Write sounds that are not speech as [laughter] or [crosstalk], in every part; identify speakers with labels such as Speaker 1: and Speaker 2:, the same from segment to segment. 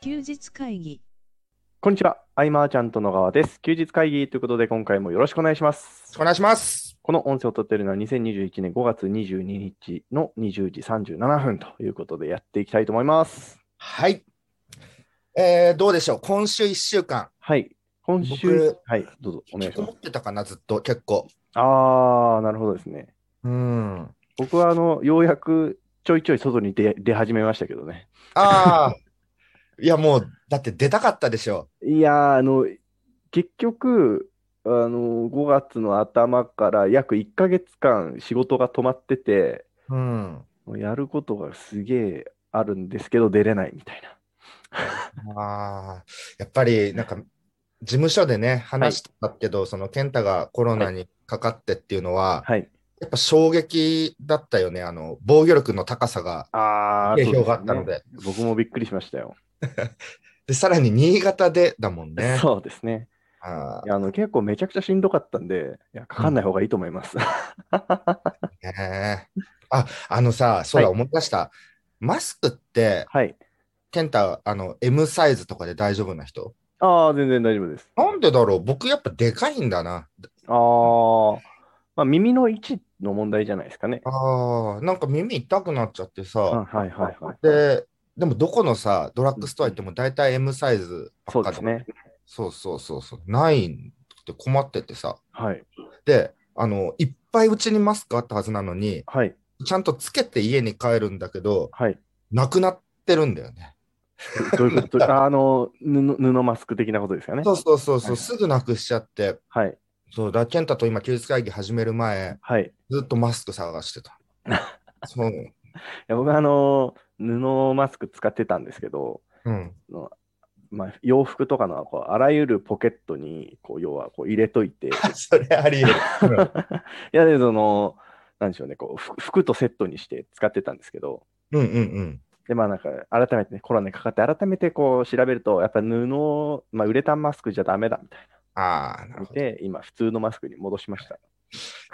Speaker 1: 休日会議
Speaker 2: こんにちは。アイマーちゃんと野川です。休日会議ということで、今回もよろしくお願いします。
Speaker 3: お願いします。
Speaker 2: この音声を撮っているのは2021年5月22日の20時37分ということでやっていきたいと思います。
Speaker 3: はい。えー、どうでしょう今週1週間、
Speaker 2: はい。今週
Speaker 3: 僕、
Speaker 2: はい、どうぞお願いし
Speaker 3: 引きこ
Speaker 2: ま
Speaker 3: も
Speaker 2: す
Speaker 3: っ。てたかな、ずっと、結構。
Speaker 2: あー、なるほどですね。
Speaker 3: うん。
Speaker 2: 僕は、あの、ようやくちょいちょい外に出出始めましたけどね。
Speaker 3: ああ。 [laughs] いや、もう、だって出たかったでしょ。
Speaker 2: いやー、あの、結局、あの、5月の頭から約1ヶ月間仕事が止まってて、
Speaker 3: うん。
Speaker 2: もうやることがすげえあるんですけど、出れないみたいな。
Speaker 3: ああ。やっぱり、なんか、事務所でね、話してたけど、その、健太がコロナにかかってっていうのは、
Speaker 2: はい。
Speaker 3: やっぱ衝撃だったよね。あの、防御力の高さが、
Speaker 2: ああ、
Speaker 3: 定
Speaker 2: そうで
Speaker 3: 評
Speaker 2: す
Speaker 3: があったの
Speaker 2: ね。
Speaker 3: で。
Speaker 2: 僕もびっくりしましたよ。
Speaker 3: で、さらに新潟でだもんね。
Speaker 2: そうですね。
Speaker 3: あ
Speaker 2: いやあの結構めちゃくちゃしんどかったんで、いやかかんない方がいいと思います。
Speaker 3: ーねえあ、あのさ、そうだ、
Speaker 2: は
Speaker 3: 思い出した。マスクって、
Speaker 2: [laughs] はい。
Speaker 3: ケンタ、あの、M サイズとかで大丈夫な人
Speaker 2: ああ、全然大丈夫です。
Speaker 3: なんでだろう僕やっぱでかいんだな。
Speaker 2: ああ、まあ、耳の位置の問題じゃないですかね。
Speaker 3: ああ、なんか耳痛くなっちゃって
Speaker 2: あ
Speaker 3: さ。
Speaker 2: はいはいはい。
Speaker 3: で、でもどこのさ、ドラッグストア行っても大体 M サイズ
Speaker 2: そ
Speaker 3: ばっ
Speaker 2: う
Speaker 3: か
Speaker 2: で。
Speaker 3: です
Speaker 2: ね。
Speaker 3: そうそうそうそう。ないんって困っててさ。
Speaker 2: はい。
Speaker 3: で、あの、いっぱいうちにマスクあったはずなのに、
Speaker 2: はい。
Speaker 3: ちゃんとつけて家に帰るんだけど、
Speaker 2: はい。
Speaker 3: なくなってるんだよね。
Speaker 2: どういう
Speaker 3: [laughs]
Speaker 2: ことあの布、布マスク的なことですよね。
Speaker 3: そうそうそうそ
Speaker 2: は
Speaker 3: う、
Speaker 2: い
Speaker 3: すぐなくしちゃって。
Speaker 2: はい。
Speaker 3: そうだ、健太と今、休日会議始める前、
Speaker 2: はい。
Speaker 3: ずっとマスク探して [laughs] た。そう。
Speaker 2: いや僕はあの、布マスク使ってたんですけど、
Speaker 3: うん。
Speaker 2: まあ、洋服とかのこうあらゆるポケットにこう要はこう入れとい [laughs] てい
Speaker 3: [laughs] それありえる。
Speaker 2: やでそのなんでしょうねこう服服とセットにして使ってたんですけど
Speaker 3: うんうんうん。
Speaker 2: でまあなんか改めてねコロナにかかって改めてこう調べるとやっぱ布、まあ、ウレタンマスクじゃダメだみたい
Speaker 3: ああ、な
Speaker 2: な
Speaker 3: る
Speaker 2: の
Speaker 3: ほど。
Speaker 2: で今普通のマスクに戻しました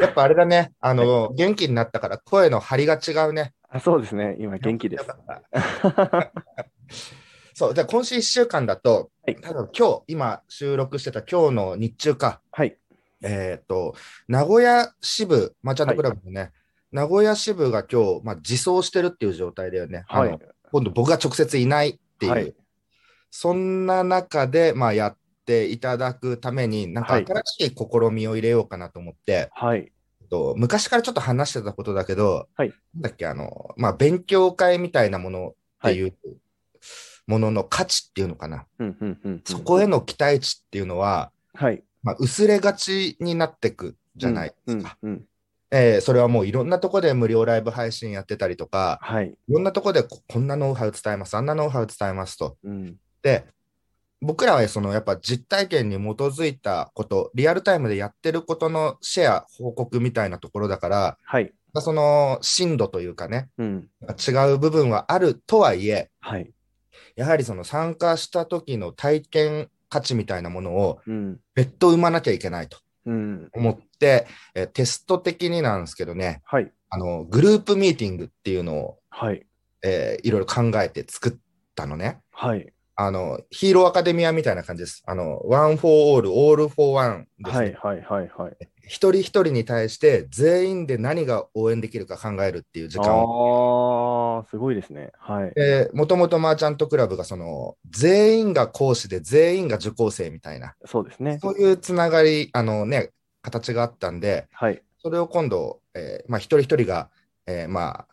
Speaker 3: やっぱあれだね、あの、元気になったから声の張りが違うね。
Speaker 2: あそうですね今元気です
Speaker 3: よかった。そう、じゃあ今週1週間だと、
Speaker 2: はい
Speaker 3: 多分今日、今収録してた今日の日中か、
Speaker 2: はい
Speaker 3: えっ、と、名古屋支部、マーチャントクラブのね、名古屋支部が今日、まあ、自走してるっていう状態だよね。あ
Speaker 2: は
Speaker 3: の
Speaker 2: い
Speaker 3: 今度僕が直接いないっていう、
Speaker 2: はい
Speaker 3: そんな中で、まあ、やっていただくために、なんか
Speaker 2: はい
Speaker 3: 新しい試みを入れようかなと思って、
Speaker 2: はい
Speaker 3: えっと昔からちょっと話してたことだけど、
Speaker 2: はい
Speaker 3: なんだっけ、あの、まあ、勉強会みたいなものっていうものの価値っていうのかな、
Speaker 2: うんうんうんうん
Speaker 3: そこへの期待値っていうのは、
Speaker 2: はい
Speaker 3: まあ、薄れがちになってくじゃないですか。
Speaker 2: うんうんうん
Speaker 3: えーそれはもういろんなとこで無料ライブ配信やってたりとか、
Speaker 2: はい
Speaker 3: いろんなとこでここんなノウハウ伝えます、あんなノウハウ伝えますと。
Speaker 2: うん
Speaker 3: で、僕らはそのやっぱ実体験に基づいたこと、リアルタイムでやってることのシェア、報告みたいなところだから、
Speaker 2: はい
Speaker 3: その深度というかね、
Speaker 2: うん
Speaker 3: 違う部分はあるとはいえ、
Speaker 2: はい
Speaker 3: やはりその参加した時の体験価値みたいなものを
Speaker 2: うん
Speaker 3: 別途生まなきゃいけないと
Speaker 2: うん
Speaker 3: 思って、えーテスト的になんですけどね、
Speaker 2: はい
Speaker 3: あの、グループミーティングっていうのを、
Speaker 2: はい
Speaker 3: えーいろいろ考えて作ったのね。
Speaker 2: はい
Speaker 3: あの、ヒーローアカデミアみたいな感じです。あの、ワン・フォー・オール、オール・フォー・ワンです
Speaker 2: は
Speaker 3: ね。
Speaker 2: いはいはいはい。
Speaker 3: 一人一人に対して全員で何が応援できるか考えるっていう時間を。
Speaker 2: ああ、すごいですね。はい。
Speaker 3: で、もともとマーチャントクラブがその、全員が講師で全員が受講生みたいな、
Speaker 2: そうですね。
Speaker 3: そういうつながり、あのね、形があったんで、
Speaker 2: はい。
Speaker 3: それを今度、えーまあ一人一人が、えーまあ、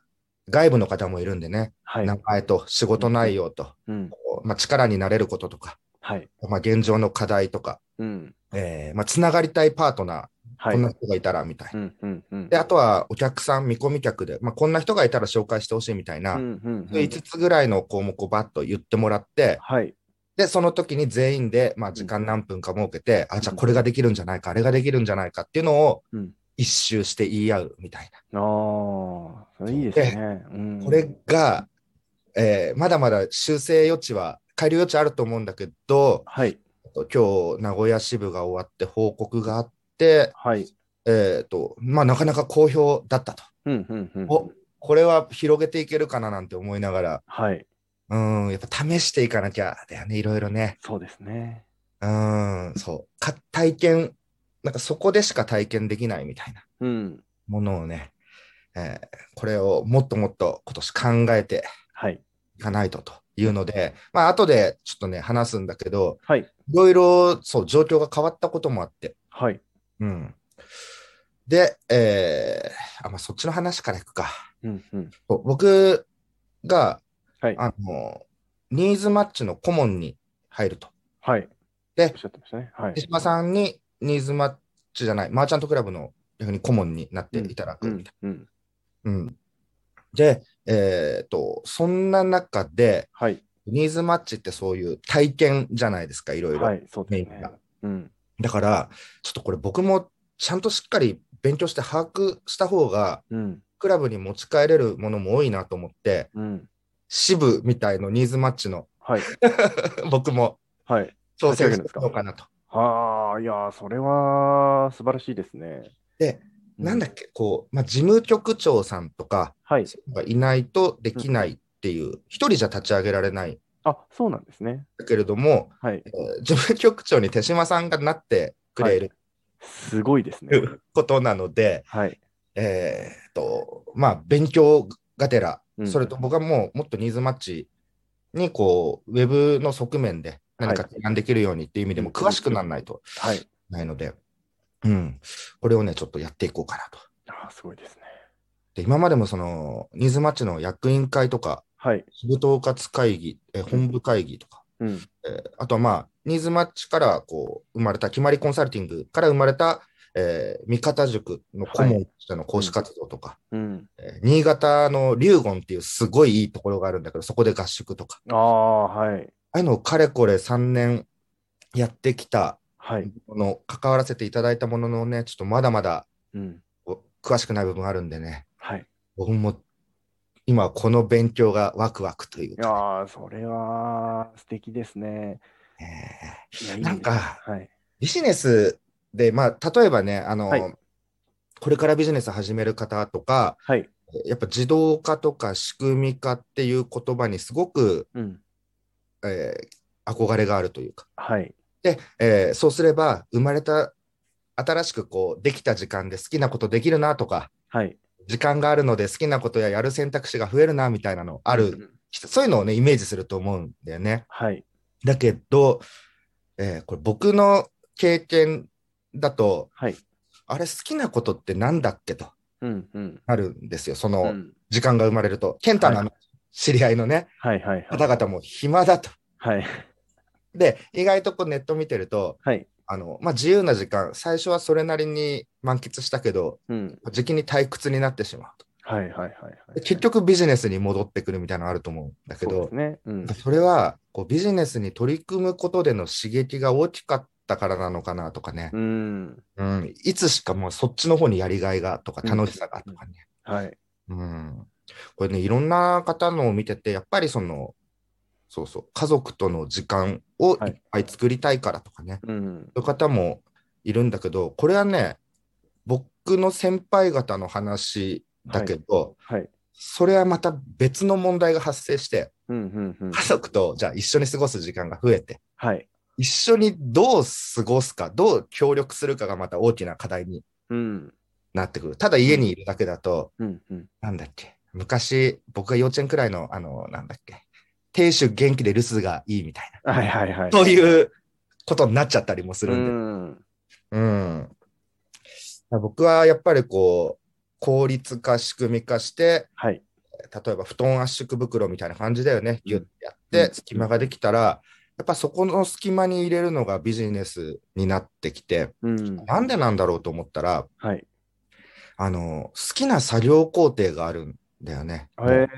Speaker 3: 外部の方もいるんでね、
Speaker 2: はい
Speaker 3: 名。前と仕事内容と、
Speaker 2: うん。
Speaker 3: まあ、力になれることとか、
Speaker 2: はい。
Speaker 3: まあ、現状の課題とか、
Speaker 2: うん。
Speaker 3: えーまあ、つながりたいパートナー、
Speaker 2: はい。
Speaker 3: こん
Speaker 2: う
Speaker 3: な人がいたらみたいな。
Speaker 2: んうんうん。
Speaker 3: で、あとはお客さん、見込み客で、まあ、こんな人がいたら紹介してほしいみたいな、
Speaker 2: うんうんうん。
Speaker 3: 5つぐらいの項目をバッと言ってもらって、
Speaker 2: はい。
Speaker 3: で、その時に全員で、まあ、時間何分か設けて、あ、じゃあこれができるんじゃないか、あれができるんじゃないかっていうのを
Speaker 2: うん
Speaker 3: 一周して言い合うみたい
Speaker 2: ああ、それいいですね。うん
Speaker 3: な。これが、えーまだまだ修正余地は、改良余地あると思うんだけど、
Speaker 2: はい。
Speaker 3: 今日、名古屋支部が終わって報告があって、
Speaker 2: はい。
Speaker 3: えっ、と、まあ、なかなか好評だったと。
Speaker 2: うんうんうん。
Speaker 3: おこれは広げていけるかななんて思いながら、
Speaker 2: はい。
Speaker 3: うん、やっぱ試していかなきゃだよね、いろいろね。
Speaker 2: そうですね。
Speaker 3: うん、そう。か、体験、なんかそこでしか体験できないみたいな
Speaker 2: うん。
Speaker 3: ものをね、えーこれをもっともっと今年考えて
Speaker 2: はい。
Speaker 3: いかないとというので、まあ後でちょっとね、話すんだけど、
Speaker 2: はい。
Speaker 3: いろいろ、そう、状況が変わったこともあって、
Speaker 2: はい。
Speaker 3: うん。で、えーあ、まあそっちの話からいくか。
Speaker 2: うんうん。
Speaker 3: そう僕が、
Speaker 2: はい
Speaker 3: あの、ニーズマッチの顧問に入ると。
Speaker 2: はい。
Speaker 3: で
Speaker 2: おっしゃってましたね。はい
Speaker 3: 手。島さんにニーズマッチじゃない、マーチャントクラブの逆に顧問になっていただく
Speaker 2: う
Speaker 3: み
Speaker 2: ん
Speaker 3: たい
Speaker 2: うん。
Speaker 3: な。うんで、えっと、そんな中で、
Speaker 2: はい。
Speaker 3: ニーズマッチってそういう体験じゃないですか、いろいろ。
Speaker 2: はい。そうです
Speaker 3: メイン
Speaker 2: ね
Speaker 3: が。
Speaker 2: うん。
Speaker 3: だから、ちょっとこれ僕もちゃんとしっかり勉強して把握した方が、
Speaker 2: うん。
Speaker 3: クラブに持ち帰れるものも多いなと思って、
Speaker 2: うん。
Speaker 3: 支部みたいのニーズマッチの [laughs]
Speaker 2: はい。
Speaker 3: 僕も
Speaker 2: はい。
Speaker 3: 挑戦
Speaker 2: 立ち上げる
Speaker 3: し
Speaker 2: ん
Speaker 3: て
Speaker 2: ですか
Speaker 3: みようかなと。
Speaker 2: はあ、いやー、それは素晴らしいですね。
Speaker 3: で、
Speaker 2: う
Speaker 3: なんだっけ、こう、まあ、事務局長さんとか、
Speaker 2: はい。
Speaker 3: がいないとできないっていう、一人じゃ立ち上げられないん
Speaker 2: あ、そうなんですね。
Speaker 3: だけれども、
Speaker 2: はい
Speaker 3: え。ー事務局長に手島さんがなってくれる
Speaker 2: すごいです
Speaker 3: [laughs] とい
Speaker 2: ね。
Speaker 3: うことなので、
Speaker 2: はい。
Speaker 3: えーっと、まあ、勉強がてら、
Speaker 2: うん
Speaker 3: それと僕はもうもっとニーズマッチに、こう、ウェブの側面で何か提案できるようにっていう意味でも
Speaker 2: うん
Speaker 3: 詳しくならないと
Speaker 2: はい。
Speaker 3: ないので、うん、これをね、ちょっとやっていこうかなと。
Speaker 2: あー、すごいですね。
Speaker 3: で今までもその、ニーズマッチの役員会とか、
Speaker 2: はい。
Speaker 3: 仕事統括会議、え本部会議とか、
Speaker 2: うん。
Speaker 3: えーあとはまあ、ニーズマッチからこう生まれた、決まりコンサルティングから生まれた、えー味方塾の顧問としての講師活動とか、
Speaker 2: うん。
Speaker 3: えー新潟の龍言っていうすごいいいところがあるんだけど、そこで合宿とか、
Speaker 2: ああ、はい。
Speaker 3: ああいうのをかれこれ3年やってきた、
Speaker 2: はい。
Speaker 3: この関わらせていただいたもののね、ちょっとまだまだ
Speaker 2: うん。
Speaker 3: こう詳しくない部分あるんでね、
Speaker 2: はい。
Speaker 3: 僕も今この勉強がワクワクという
Speaker 2: い
Speaker 3: か
Speaker 2: やー、それは素敵ですね。
Speaker 3: ね、
Speaker 2: いやいい
Speaker 3: なん
Speaker 2: です
Speaker 3: か、
Speaker 2: はい。
Speaker 3: ビジネスで、まあ、例えばね、あの、
Speaker 2: はい
Speaker 3: これからビジネス始める方とか、
Speaker 2: はい。
Speaker 3: やっぱ自動化とか仕組み化っていう言葉にすごく、
Speaker 2: うん。
Speaker 3: えー憧れがあるというか。
Speaker 2: はい。
Speaker 3: で、えーそうすれば、生まれた、新しくこう、できた時間で好きなことできるなとか、
Speaker 2: はい。
Speaker 3: 時間があるので好きなことややる選択肢が増えるなみたいなのあ
Speaker 2: う
Speaker 3: る、
Speaker 2: ん
Speaker 3: そういうのをね、イメージすると思うんだよね。
Speaker 2: はい。
Speaker 3: だけど、えーこれ僕の経験だと、
Speaker 2: はい。
Speaker 3: あれ好きなことってなんだっけと
Speaker 2: うん。うん。
Speaker 3: なるんですよ。そうの
Speaker 2: ん
Speaker 3: 時間が生まれると。健太のあの知り合いのね、
Speaker 2: はい。はい。はい。
Speaker 3: 方々も暇だと。
Speaker 2: はい。
Speaker 3: で、意外とこうネット見てると、
Speaker 2: はい。
Speaker 3: あの、まあ、自由な時間、最初はそれなりに満喫したけど、
Speaker 2: うん。
Speaker 3: 時期に退屈になってしまうと。
Speaker 2: はい。はい。はい。はい
Speaker 3: で結、局ビジネスに戻ってくるみたいなのあると思うんだけ
Speaker 2: そうで
Speaker 3: ど
Speaker 2: す、ね。うん。
Speaker 3: それはこうビジネスに取り組むことでの刺激が大きかったからなのかなとかね、
Speaker 2: うん。
Speaker 3: うん、いつしかもうそっちの方にやりがいがとか
Speaker 2: うん
Speaker 3: 楽しさがとかね、
Speaker 2: はい。
Speaker 3: うん、これね、いろんな方のを見てて、やっぱりその、そうそう、家族との時間を
Speaker 2: はい
Speaker 3: いっぱい作りたいからとかね、
Speaker 2: うん。
Speaker 3: そういう方もいるんだけど、これはね、僕の先輩方の話だけど、
Speaker 2: はい。
Speaker 3: それはまた別の問題が発生して、
Speaker 2: うん。うん。うん。
Speaker 3: 家族とじゃあ一緒に過ごす時間が増えて、
Speaker 2: はい。
Speaker 3: 一緒にどう過ごすか、どう協力するかがまた大きな課題に
Speaker 2: うん。
Speaker 3: なってくる。ただ家にいるだけだと、
Speaker 2: うん。うん。
Speaker 3: なんだっけ、昔、僕が幼稚園くらいの、あの、なんだっけ、亭主元気で留守がいいみたいな、
Speaker 2: はい。はい。はい。
Speaker 3: そういうことになっちゃったりもするんで。
Speaker 2: ん。
Speaker 3: うん。だから僕はやっぱりこう、効率化、仕組み化して、
Speaker 2: はい。
Speaker 3: 例えば布団圧縮袋みたいな感じだよね、
Speaker 2: うん
Speaker 3: ギュッてやっ
Speaker 2: う
Speaker 3: て、
Speaker 2: ん
Speaker 3: 隙間ができたら、やっぱそこの隙間に入れるのがビジネスになってきて、
Speaker 2: うん。
Speaker 3: なんでなんだろうと思ったら、
Speaker 2: はい。
Speaker 3: あの、好きな作業工程があるんだよね。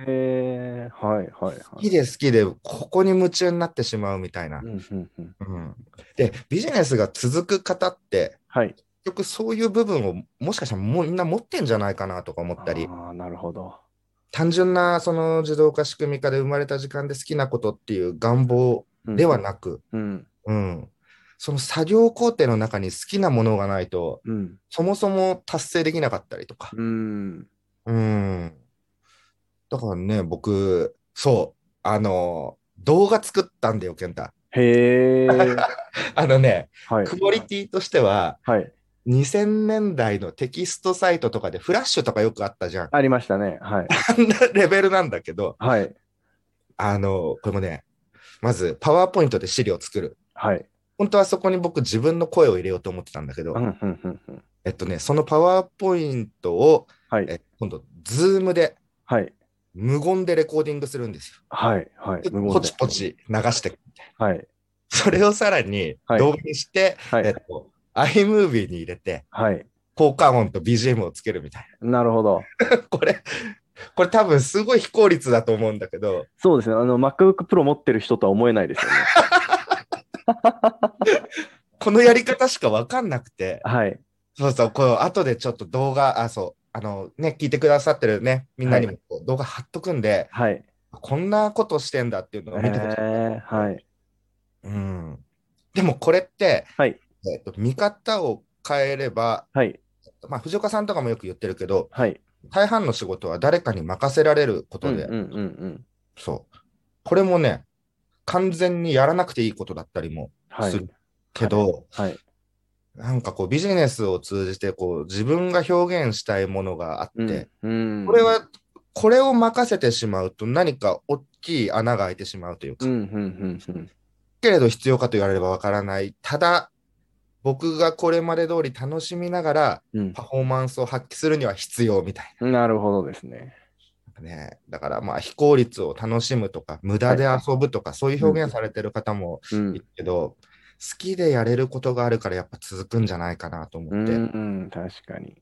Speaker 2: えー、はい。はい。
Speaker 3: 好
Speaker 2: は
Speaker 3: き
Speaker 2: い。
Speaker 3: で好きで、ここに夢中になってしまうみたいな。
Speaker 2: うん。うん。うん。
Speaker 3: うんで、ビジネスが続く方って、
Speaker 2: はい。
Speaker 3: 結局そういう部分をもしかしたらもうみんな持ってんじゃないかなとか思ったり、
Speaker 2: ああ、なるほど。
Speaker 3: 単純なその自動化仕組み化で生まれた時間で好きなことっていう願望
Speaker 2: うん
Speaker 3: ではなく、
Speaker 2: うん。
Speaker 3: うん、その作業工程の中に好きなものがないと、
Speaker 2: うん。
Speaker 3: そもそも達成できなかったりとか。
Speaker 2: うん。
Speaker 3: うん。だからね、僕、そあの、動画作ったんだよ、健太。
Speaker 2: へえ。
Speaker 3: [laughs] あのね、
Speaker 2: はい。
Speaker 3: クオリティとしては、
Speaker 2: はい。
Speaker 3: 2000年代のテキストサイトとかでフラッシュとかよくあったじゃん。 [laughs]
Speaker 2: ありましたね。はい。
Speaker 3: あんなレベルなんだけど、
Speaker 2: はい。
Speaker 3: あの、これもね、まずパワーポイントで資料を作る。
Speaker 2: はい。
Speaker 3: 本当はそこに僕自分の声を入れようと思ってたんだけど
Speaker 2: う、んうんうんうん。
Speaker 3: えっとね、そのパワーポイントを、
Speaker 2: はい
Speaker 3: え今度、ズームで
Speaker 2: はい。
Speaker 3: 無言でレコーディングするんですよ。
Speaker 2: はい。はい。
Speaker 3: で
Speaker 2: 無言で
Speaker 3: ポチポ。チ流して、
Speaker 2: はい。
Speaker 3: [laughs] それをさらに
Speaker 2: はい
Speaker 3: 動画にして、
Speaker 2: は
Speaker 3: えっ
Speaker 2: い。
Speaker 3: と、iMovie に入れて、
Speaker 2: はい。
Speaker 3: 効果音と BGM をつけるみたい
Speaker 2: なるほど。
Speaker 3: な。 [laughs] これ、これ多分すごい非効率だと思うんだけど、
Speaker 2: そうですね。あの、MacBook Pro 持ってる人とは思えないです
Speaker 3: [laughs]
Speaker 2: よね。
Speaker 3: このやり方しかわかんなくて、
Speaker 2: はい。
Speaker 3: そうそう、こう、後でちょっと動画、あ、そう、あのね、聞いてくださってるね、みんなにもこう動画貼っとくんで、
Speaker 2: はい。
Speaker 3: こんなことしてんだっていうのを見てください。
Speaker 2: えーはい。
Speaker 3: うん。でもこれって、
Speaker 2: はい
Speaker 3: えっと、見方を変えれば、
Speaker 2: はい。
Speaker 3: まあ、藤岡さんとかもよく言ってるけど、
Speaker 2: はい。
Speaker 3: 大半の仕事は誰かに任せられるこ
Speaker 2: うん
Speaker 3: と
Speaker 2: うん
Speaker 3: で、
Speaker 2: うんうん。
Speaker 3: そう。これもね、完全にやらなくていいことだったりも
Speaker 2: は
Speaker 3: す
Speaker 2: い
Speaker 3: る。けど、
Speaker 2: はい。
Speaker 3: なんかこうビジネスを通じてこう自分が表現したいものがあって、
Speaker 2: うん。うん
Speaker 3: これ、は、これを任せてしまうと何か大きい穴が開いてしまうというか、
Speaker 2: うんうんうんうん。
Speaker 3: けれど必要かと言われればわからない。ただ、僕がこれまで通り楽しみながら
Speaker 2: うん
Speaker 3: パフォーマンスを発揮するには必要みたい
Speaker 2: なるほどですね。
Speaker 3: なね。だからまあ非効率を楽しむとか、無駄で遊ぶとか、そういう表現されてる方も
Speaker 2: う
Speaker 3: い
Speaker 2: ん
Speaker 3: る。けど、好きでやれることがあるからやっぱ続くんじゃないかなと
Speaker 2: う
Speaker 3: 思って。
Speaker 2: ん、うん確かに。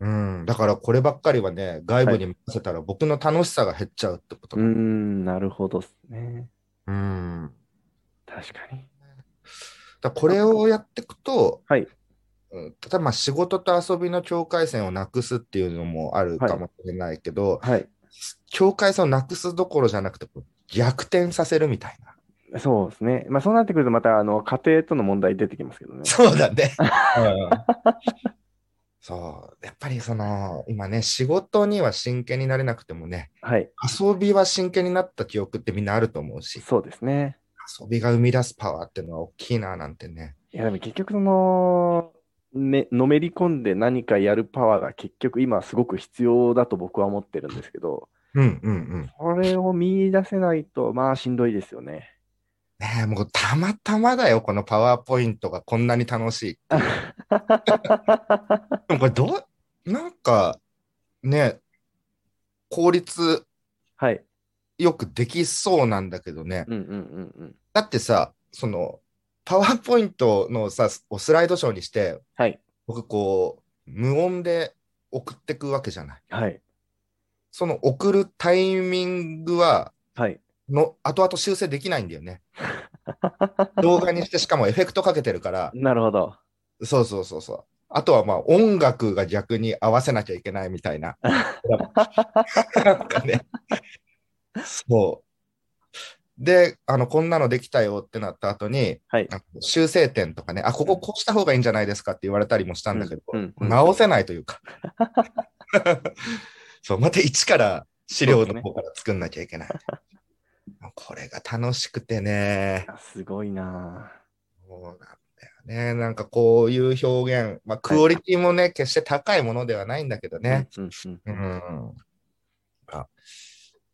Speaker 3: うん、だからこればっかりはね、外部に任せたら僕の楽しさが減っちゃうってこと
Speaker 2: う
Speaker 3: だ。
Speaker 2: ん、なるほどですね。
Speaker 3: うん。
Speaker 2: 確かに。
Speaker 3: だからこれをやっていくと、
Speaker 2: はい
Speaker 3: うん、ただまあ仕事と遊びの境界線をなくすっていうのもあるかもしれないけど、
Speaker 2: はい。
Speaker 3: 境界線をなくすどころじゃなくて、こう逆転させるみたいな。
Speaker 2: そうですね。まあそうなってくるとまたあの家庭との問題出てきますけどね。
Speaker 3: そうだね。うん [laughs] そう。やっぱりその、今ね、仕事には真剣になれなくてもね、
Speaker 2: はい。
Speaker 3: 遊びは真剣になった記憶ってみんなあると思うし、
Speaker 2: そうですね。
Speaker 3: 遊びが生み出すパワーっていうのは大きいななんてね。
Speaker 2: いやでも結局その、ね、のめり込んで何かやるパワーが結局今すごく必要だと僕は思ってるんですけど、
Speaker 3: うんうんうん。
Speaker 2: これを見出せないとまあしんどいですよ [laughs] ね。
Speaker 3: ねえ、もうたまたまだよ、このパワーポイントがこんなに楽しいっていう。でもこれどう、なんかね、効率
Speaker 2: はい。
Speaker 3: よくできそうなんだけどね。
Speaker 2: うんうんうんうん。
Speaker 3: だってさ、その、パワーポイントのさ、をスライドショーにして、
Speaker 2: はい。
Speaker 3: 僕こう、無音で送ってくわけじゃない。
Speaker 2: はい。
Speaker 3: その送るタイミングは、
Speaker 2: はい。
Speaker 3: の、後々修正できないんだよね。動画にして、しかもエフェクトかけてるから、
Speaker 2: なるほど。
Speaker 3: そうそうそうそう。あとはまあ音楽が逆に合わせなきゃいけないみたいな。なんかね。そう。で、あの、こんなのできたよってなった後に、
Speaker 2: はい
Speaker 3: あの修正点とかね、あ、こここうした方がいいんじゃないですかって言われたりもしたんだけど、
Speaker 2: うんうんうん
Speaker 3: 直せないというか。 [laughs] そう、また一から資料の方から作んなきゃい
Speaker 2: [laughs]
Speaker 3: けない。これが楽しくてね。
Speaker 2: あすごいな
Speaker 3: そうなんだよね。なんかこういう表現、まあ、クオリティもね、決して高いものではないんだけど
Speaker 2: ぁ。
Speaker 3: ね。
Speaker 2: うんうん
Speaker 3: う。
Speaker 2: うんん。
Speaker 3: あ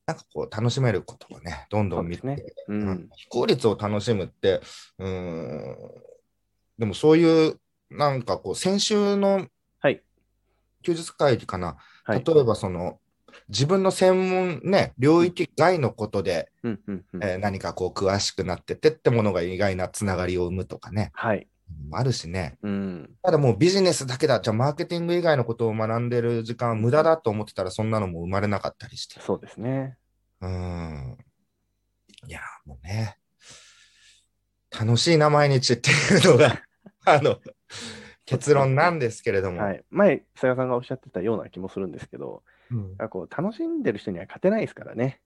Speaker 3: なんかこう、楽しめることをね、どんどん見て、
Speaker 2: そうですう
Speaker 3: うんん。非効率を楽しむって、うん。でもそういう、なんかこう、先週の
Speaker 2: はい。
Speaker 3: 休日会議かな、
Speaker 2: はい。
Speaker 3: 例えばその、自分の専門ね、領域外のことで、
Speaker 2: うんうんうん。
Speaker 3: えー何かこう詳しくなってってってものが意外なつながりを生むとかね、
Speaker 2: はい。
Speaker 3: あるしね。
Speaker 2: うん。
Speaker 3: ただもうビジネスだけだ、じゃあマーケティング以外のことを学んでる時間は無駄だと思ってたら、そんなのも生まれなかったりして。
Speaker 2: そうですね。
Speaker 3: うーん。いや、もうね、楽しいな、毎日っていうのが、 [laughs] あの、結論なんですけれども。
Speaker 2: はい。前、さやさんがおっしゃってたような気もするんですけど、
Speaker 3: うんい
Speaker 2: なんかこう楽しんでる人には勝てないですからね。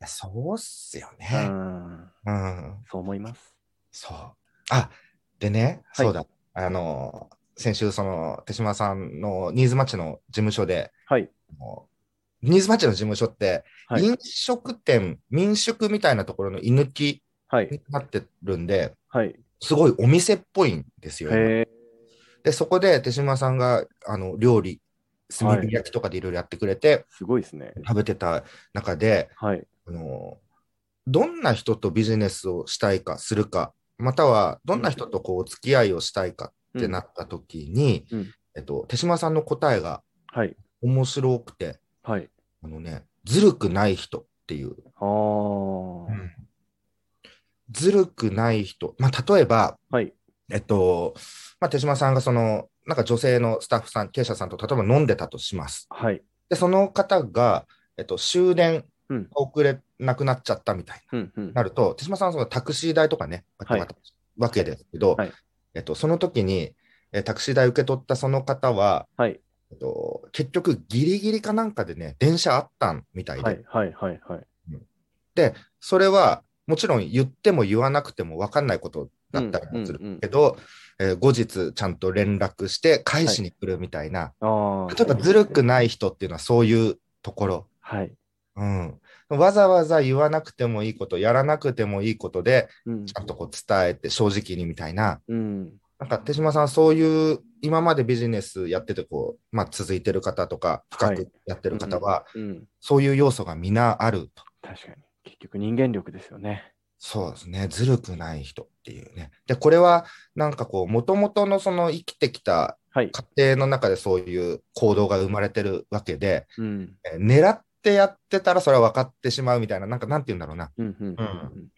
Speaker 3: やそうっすよ
Speaker 2: う
Speaker 3: ね。
Speaker 2: ん。
Speaker 3: うん。
Speaker 2: そう思います。
Speaker 3: そう。あ、でね、
Speaker 2: はい
Speaker 3: そうだ。あの、先週、その、手島さんのニーズマッチの事務所で、
Speaker 2: はい。
Speaker 3: もうニーズマッチの事務所って、
Speaker 2: はい
Speaker 3: 飲食店、民宿みたいなところの居抜き
Speaker 2: はい。
Speaker 3: になってるんで、
Speaker 2: はい。
Speaker 3: すごいお店っぽいんですよ。今
Speaker 2: へ
Speaker 3: で、そこで手島さんがあの料理、炭火焼きとかでいろいろやってくれて、
Speaker 2: すごいですね。
Speaker 3: 食べてた中で、
Speaker 2: はい。
Speaker 3: あのどんな人とビジネスをしたいか、するか、またはどんな人とこうお付き合いをしたいかってなった時に、
Speaker 2: うんうん
Speaker 3: えっと、手島さんの答えが
Speaker 2: はい。
Speaker 3: 面白くて、
Speaker 2: はい。
Speaker 3: あのね、ずるくない人っていう。
Speaker 2: ああ。
Speaker 3: ずるくない人。まあ、例えば、
Speaker 2: はい。
Speaker 3: えっと、まあ、手島さんがその、なんか女性のスタッフさん、経営者さんと例えば飲んでたとします。
Speaker 2: はい。
Speaker 3: で、その方が、えっと、終電
Speaker 2: うん
Speaker 3: が遅れなくなっちゃったみたいな、
Speaker 2: うんうん。
Speaker 3: なると、手島さんはそのタクシー代とかね、
Speaker 2: はい
Speaker 3: 渡すわけですけど、
Speaker 2: はい
Speaker 3: えっと、その時に、えータクシー代受け取ったその方は、
Speaker 2: はい。
Speaker 3: えっと、結局、ギリギリかなんかでね、電車あったんみたいで、
Speaker 2: はい。はい。はい。はい。
Speaker 3: で、それはもちろん言っても言わなくても分かんないことだったりもするけど、えー後日ちゃんと連絡して返しに来るみたいな、
Speaker 2: ああ。
Speaker 3: 例えばずるくない人っていうのはそういうところ、
Speaker 2: はい。
Speaker 3: うん、わざわざ言わなくてもいいこと、やらなくてもいいことで、
Speaker 2: うん
Speaker 3: ち。ゃんとこう伝えて正直にみたいな、
Speaker 2: うん。
Speaker 3: なんか手島さん、そういう今までビジネスやっててこう、まあ、続いてる方とか、深
Speaker 2: はい
Speaker 3: くやってる方は、
Speaker 2: うん。
Speaker 3: そういう要素が皆あると。
Speaker 2: 確かに。結局人間力ですよね。
Speaker 3: そうですね、ずるくない人っていうね。で、これはなんかこう、もともとのその生きてきた
Speaker 2: はい。
Speaker 3: 過程の中でそういう行動が生まれてるわけで、
Speaker 2: うん。
Speaker 3: えー狙ってやってたらそれは分かってしまうみたいな、なんかなんて言うんだろうな。
Speaker 2: うん。うん。うん。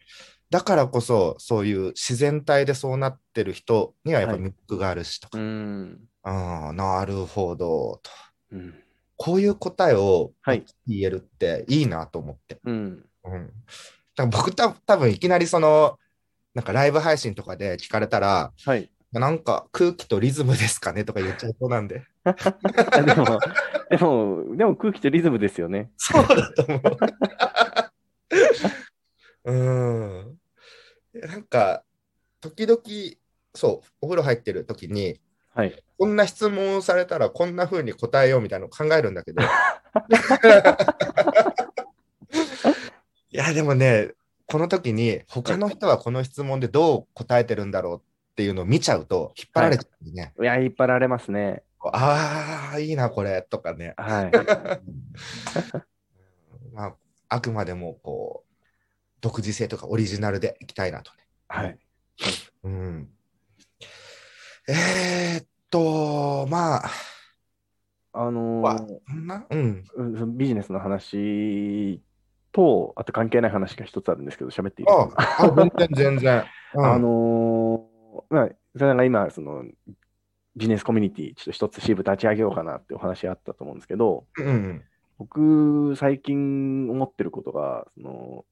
Speaker 3: だからこそ、そういう自然体でそうなってる人にはやっぱ
Speaker 2: はい
Speaker 3: 魅力があるしと
Speaker 2: う
Speaker 3: か、
Speaker 2: ん。
Speaker 3: ああ、なるほどと。
Speaker 2: うん。
Speaker 3: こういう答えを
Speaker 2: はい。
Speaker 3: 言えるっていいなと思って。
Speaker 2: うん。
Speaker 3: うん、だから僕た多分いきなりその、なんかライブ配信とかで聞かれたら、
Speaker 2: はい。
Speaker 3: なんか空気とリズムですかねとか言っちゃいそうなんで。
Speaker 2: あでも、でも、でも空気とリズムですよね。
Speaker 3: そうだと思う。うん。なんか、時々、そう、お風呂入ってる時に、
Speaker 2: はい。
Speaker 3: こんな質問をされたらこんな風に答えようみたいなの考えるんだけど。いや、でもね、この時に他の人はこの質問でどう答えてるんだろうっていうのを見ちゃうと引っ張られちゃうね。
Speaker 2: いや、引っ張られますね。
Speaker 3: ああ、いいな、これ、とかね。
Speaker 2: はい。
Speaker 3: まあ、あくまでも、こう、独自性とかオリジナルでいきたいなとね。
Speaker 2: はい。
Speaker 3: うん。えー、っと、まあ、
Speaker 2: あの
Speaker 3: わ
Speaker 2: ー
Speaker 3: そんな、うん。
Speaker 2: うんそのビジネスの話と、あと関係ない話が一つあるんですけど、喋っていいです
Speaker 3: あ
Speaker 2: か
Speaker 3: あ、全然、
Speaker 2: [laughs]
Speaker 3: 全然。うん
Speaker 2: あ、のーまあ、それが今、その、ビジネスコミュニティ、ちょっと一つ支部立ち上げようかなってお話あったと思うんですけど、
Speaker 3: うん。
Speaker 2: 僕、最近思ってることが、その、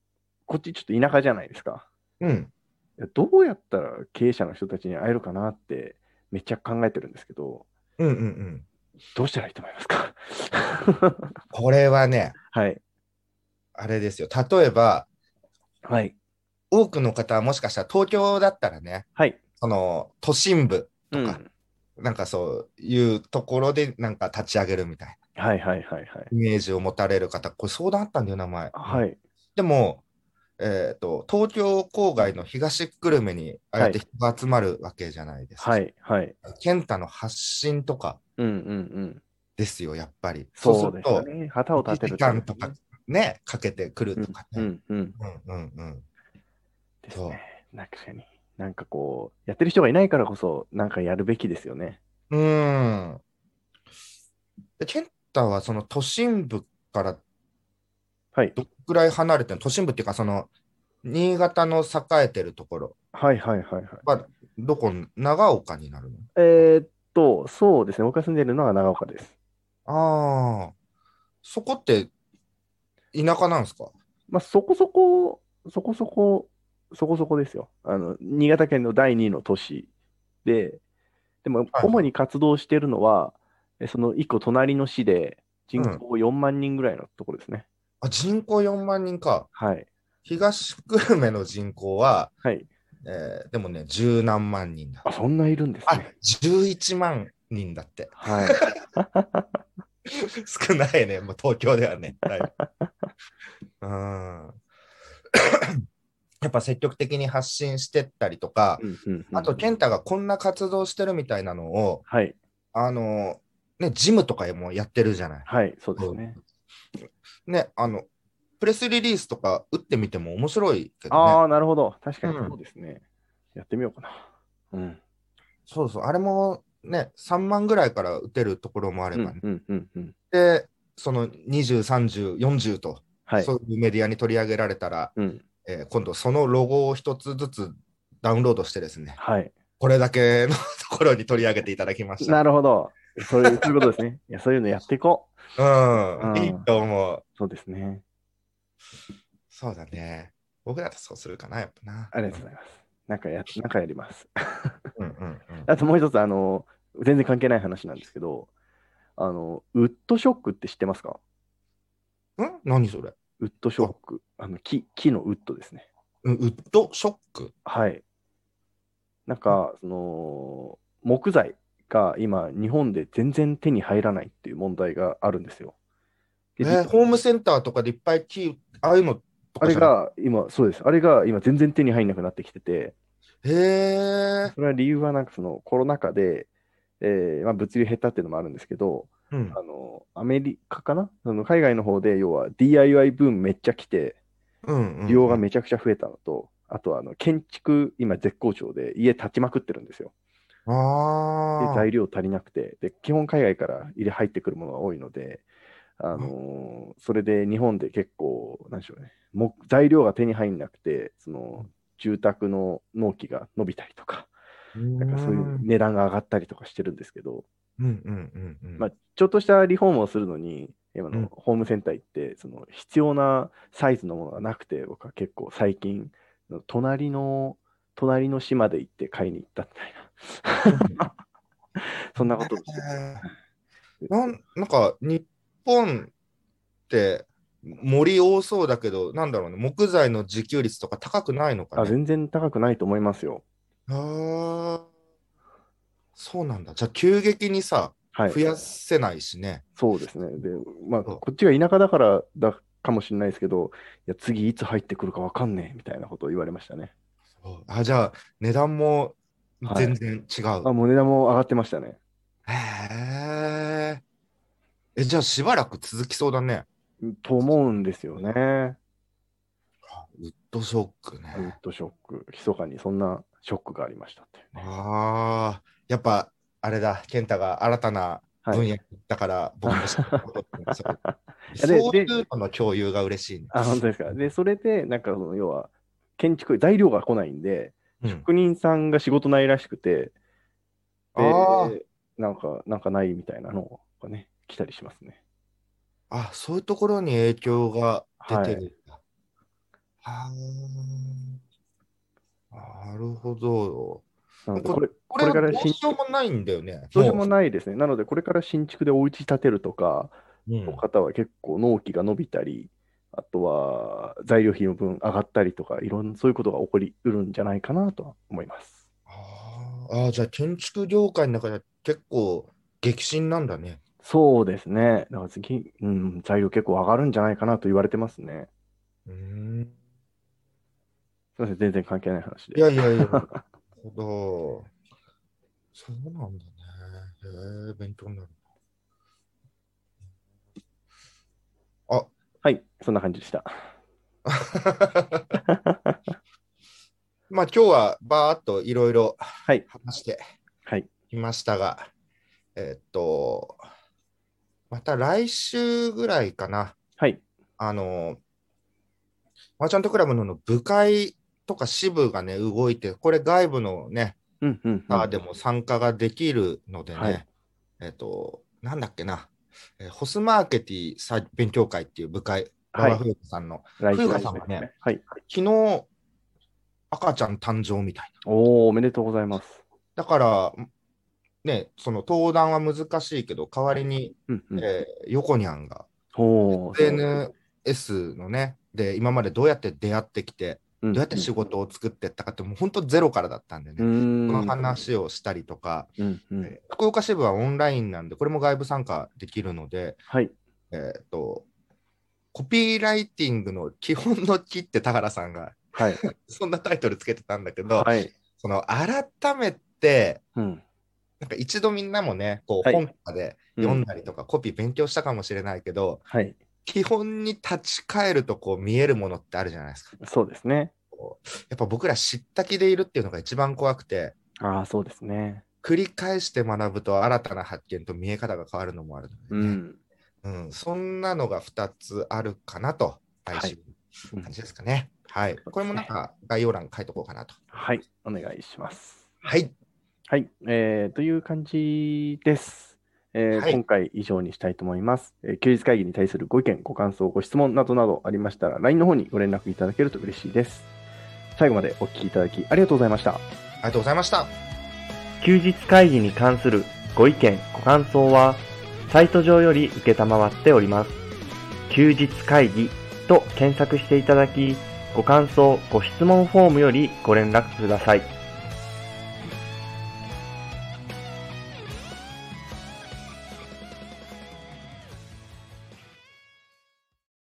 Speaker 2: こっちちょっと田舎じゃないですか。
Speaker 3: うん。
Speaker 2: いやどうやったら経営者の人たちに会えるかなって、めっちゃ考えてるんですけど、
Speaker 3: うん。うん。うん。
Speaker 2: どうしたらいいと思いますか [laughs]
Speaker 3: これはね、
Speaker 2: はい。
Speaker 3: あれですよ。例えば、
Speaker 2: はい。
Speaker 3: 多くの方はもしかしたら東京だったらね、
Speaker 2: はい。
Speaker 3: その、都心部、
Speaker 2: うん。は
Speaker 3: かなんかそういうところで、なんか立ち上げるみたいな。
Speaker 2: いはいはいはい。
Speaker 3: イメージを持たれる方、これ相談あったんだよ、名前。
Speaker 2: はい。
Speaker 3: でも、えーと、東京郊外の東久留米にああやって人が集まるわけじゃないですか。
Speaker 2: はいはい。
Speaker 3: 健太の発信とか
Speaker 2: うんうんうん。
Speaker 3: ですよ、やっぱり。
Speaker 2: そうです
Speaker 3: そう
Speaker 2: よ
Speaker 3: する
Speaker 2: ね。旗
Speaker 3: と、
Speaker 2: を立て
Speaker 3: 1
Speaker 2: る
Speaker 3: 時間とかね、かけてくるとか
Speaker 2: う
Speaker 3: ね。
Speaker 2: んうん。
Speaker 3: うんうんうん
Speaker 2: です
Speaker 3: そう
Speaker 2: ね。確かに。なんかこう、やってる人がいないからこそ、なんかやるべきですよね。
Speaker 3: うーん。で、健太はその都心部から
Speaker 2: はい。
Speaker 3: どっくらい離れてる都心部っていうか、その、新潟の栄えてるところ
Speaker 2: はいはいはいはい。
Speaker 3: は、どこ、長岡になるの
Speaker 2: えーっと、そうですね。僕が住んでるのが長岡です。
Speaker 3: ああ、そこって田舎なんですか
Speaker 2: まあ、そこそこ、そこそこ、そこそこですよ。あの、新潟県の第二の都市で、でも、
Speaker 3: はい
Speaker 2: 主に活動してるのは、えその一個隣の市で、人口4万人ぐらいのところですね。
Speaker 3: あ、人口4万人か。
Speaker 2: はい。
Speaker 3: 東久留米の人口は、
Speaker 2: はい。
Speaker 3: えーでもね、十何万人だ。
Speaker 2: あ、そんないるんです
Speaker 3: あ
Speaker 2: ね。、
Speaker 3: 11万人だって。
Speaker 2: はい。
Speaker 3: 少ないね、もう東京ではね。だいぶ [laughs] うんやっぱ積極的に発信してったりとか、
Speaker 2: うんうんうん
Speaker 3: あと、健太がこんな活動してるみたいなのを、
Speaker 2: はい、
Speaker 3: あの、ね、ジムとかもやってるじゃない。
Speaker 2: はい、そうですね。
Speaker 3: ね、あの、プレスリリースとか打ってみても面白いけどね。
Speaker 2: ああ、なるほど。確かに
Speaker 3: うん
Speaker 2: そうですね。やってみようかな。うん。
Speaker 3: そうそう、あれもね、3万ぐらいから打てるところもあれ
Speaker 2: う
Speaker 3: ばね。
Speaker 2: んうんうんうん。
Speaker 3: で、その20、30、40と、
Speaker 2: はい。
Speaker 3: そういうメディアに取り上げられたら、
Speaker 2: うん。
Speaker 3: えー今度そのロゴを一つずつダウンロードしてですね、
Speaker 2: はい。
Speaker 3: これだけのところに取り上げていただきました。
Speaker 2: なるほど。そういう、そういうことですね。いや、そういうのやっていこう。
Speaker 3: うん、
Speaker 2: うん
Speaker 3: いいと思う。
Speaker 2: そうですね。
Speaker 3: そうだね。僕だとそうするかな、やっぱな。
Speaker 2: ありがとうございます。なんかや、なんかやります。 [laughs]
Speaker 3: うんうんうん
Speaker 2: あともう一つ、あの、全然関係ない話なんですけど、あの、ウッドショックって知ってますか
Speaker 3: うん、何それ
Speaker 2: ウッドショック。あの、木、木のウッドですね。
Speaker 3: うんウッドショック
Speaker 2: はい。なんか、その、木材が今、日本で全然手に入らないっていう問題があるんですよ。
Speaker 3: え
Speaker 2: で
Speaker 3: ーホームセンターとかでいっぱい木、ああいうのと
Speaker 2: あ
Speaker 3: か
Speaker 2: れ
Speaker 3: じゃな
Speaker 2: が今、そうです。あれが今、全然手に入らなくなってきてて、
Speaker 3: い。へえ。
Speaker 2: それは理由はなんかそのコロナ禍で、えーまあ、物流減ったっていうのもあるんですけど、
Speaker 3: うん
Speaker 2: あのアメリカかなその海外の方で、要は DIY ブームめっちゃ来て、
Speaker 3: うんうん
Speaker 2: 利用がめちゃくちゃ増えたのと、あとはあの建築、今絶好調で家建ちまくってるんですよ。で
Speaker 3: ああ。
Speaker 2: 材料足りなくてで、基本海外から入れ入ってくるものが多いので、あのーそれで日本で結構、なんでしょうね、木材料が手に入んなくて、その住宅の納期が伸びたりとか、なんかそういう値段が上がったりとかしてるんですけど、
Speaker 3: うんうんうんうん。
Speaker 2: まあ、ちょっとしたリフォームをするのに、今
Speaker 3: うん
Speaker 2: のホームセンター行って、その必要なサイズのものがなくて、僕は結構最近、隣の、隣の島で行って買いに行ったみたい
Speaker 3: [laughs]
Speaker 2: な。そんなことをしてて
Speaker 3: へえなんなんか日本って森多そうだけど、なんだろうね、木材の自給率とか高くないのか
Speaker 2: あ
Speaker 3: ね。
Speaker 2: 全然高くないと思いますよ。
Speaker 3: あーそうなんだ。じゃあ急激にさ、
Speaker 2: はい。
Speaker 3: 増やせないしね。
Speaker 2: そうですね。で、まあ、
Speaker 3: そう
Speaker 2: こっちが田舎だからだかもしれないですけど、いや、次いつ入ってくるかわかんねえみたいなことを言われましたね。
Speaker 3: あじゃあ値段も全然違う。
Speaker 2: あ、もう値段も上がってましたね。
Speaker 3: へえ。え、じゃあしばらく続きそうだね。
Speaker 2: と思うんですよね。
Speaker 3: ウッドショックね。
Speaker 2: ウッドショック、密かにそんなショックがありましたっていうね。
Speaker 3: ああ、やっぱあれだ、健太が新たな
Speaker 2: はい
Speaker 3: 分野だから、僕もそういうこと
Speaker 2: [laughs]
Speaker 3: そう
Speaker 2: やで
Speaker 3: そういうのの共有が嬉しいね。
Speaker 2: あ、本当ですか。で、それで、なんかその、要は、建築、材料が来ないんで、
Speaker 3: うん
Speaker 2: 職人さんが仕事ないらしくて、
Speaker 3: あー
Speaker 2: で、なんか、なんかないみたいなのがね、来たりしますね。
Speaker 3: あ、そういうところに影響が出てるんだ。はあ、なるほど。
Speaker 2: なので
Speaker 3: こ
Speaker 2: これ、
Speaker 3: こ
Speaker 2: こ
Speaker 3: れ
Speaker 2: れ
Speaker 3: は
Speaker 2: から
Speaker 3: どう
Speaker 2: 新
Speaker 3: しようもないんだよね。
Speaker 2: どうしようもないですね。なので、これから新築でお家建てるとか
Speaker 3: もう
Speaker 2: の方は結構納期が伸びたり、あとは材料費の分上がったりとか、いろんなそういうことが起こりうるんじゃないかなとは思います。
Speaker 3: うんあーあー、じゃあ建築業界の中では結構激震なんだね。
Speaker 2: そうですね。だから次、うん、材料結構上がるんじゃないかなと言われてますね。
Speaker 3: うーん。
Speaker 2: すみません、全然関係ない話
Speaker 3: い
Speaker 2: で。
Speaker 3: やいやいや、なるほど。そうなんだね。へえ、勉強になる。 [laughs] あ
Speaker 2: はい、そんな感じでした。
Speaker 3: まあ今日はバーっといろいろ
Speaker 2: い
Speaker 3: 話して
Speaker 2: はい、
Speaker 3: きましたが、えーっと、また来週ぐらいかな、
Speaker 2: はい、
Speaker 3: あの、マーチャントクラブの部会とか支部がね、動いて、これ外部のね、
Speaker 2: うん、うん、うん
Speaker 3: あでも参加ができるのでね、
Speaker 2: はい
Speaker 3: えっ、と、なんだっけな、えーホスマーケティ再勉強会っていう部会、
Speaker 2: はい
Speaker 3: 馬場冬子さんの、
Speaker 2: 来
Speaker 3: 冬
Speaker 2: 週
Speaker 3: 香
Speaker 2: です
Speaker 3: さんはね
Speaker 2: ね。はい、
Speaker 3: 昨日赤ちゃん誕生みたいな。
Speaker 2: おー、おめでとうございます。
Speaker 3: だから、ね、その登壇は難しいけど、代わりに、
Speaker 2: うん、うん。
Speaker 3: えー横にゃんが
Speaker 2: おー、そう
Speaker 3: SNS のね、で、今までどうやって出会ってきて、
Speaker 2: ど
Speaker 3: どうやって仕事を作っていったかって、もう本当ゼロからだったんでね、この話をしたりとか、
Speaker 2: うんうん
Speaker 3: えー福岡支部はオンラインなんで、これも外部参加できるので、
Speaker 2: はい。
Speaker 3: えっと、コピーライティングの基本の木って田原さんが、 [laughs]
Speaker 2: はい。
Speaker 3: そんなタイトルつけてたんだけど、
Speaker 2: はい。
Speaker 3: その改めて、
Speaker 2: うん。
Speaker 3: なんか一度みんなもね、こう
Speaker 2: はい
Speaker 3: 本とかで読んだりとか、コピー勉強したかもしれないけど、
Speaker 2: はい。
Speaker 3: 基本に立ち返るとこう見えるものってあるじゃないですか。
Speaker 2: そうですね。
Speaker 3: こうやっぱ僕ら知った気でいるっていうのが一番怖くて、
Speaker 2: ああ、そうですね。
Speaker 3: 繰り返して学ぶと新たな発見と見え方が変わるのもある
Speaker 2: う
Speaker 3: のでね、
Speaker 2: ん。
Speaker 3: うんそんなのが2つあるかなと、
Speaker 2: い
Speaker 3: 来週感じですかね。はい。これもなんか概要欄書いとこうかなと。
Speaker 2: はい。お願いします。
Speaker 3: はい。
Speaker 2: はい。えーという感じです。えー
Speaker 3: はい
Speaker 2: 今回以上にしたいと思います、えー休日会議に対するご意見、ご感想、ご質問などなどありましたら、LINE の方にご連絡いただけると嬉しいです。最後までお聞きいただきありがとうございました。
Speaker 3: ありがとうございました。
Speaker 1: 休日会議に関するご意見、ご感想は、サイト上より受けたまわっております。休日会議と検索していただき、ご感想、ご質問フォームよりご連絡ください。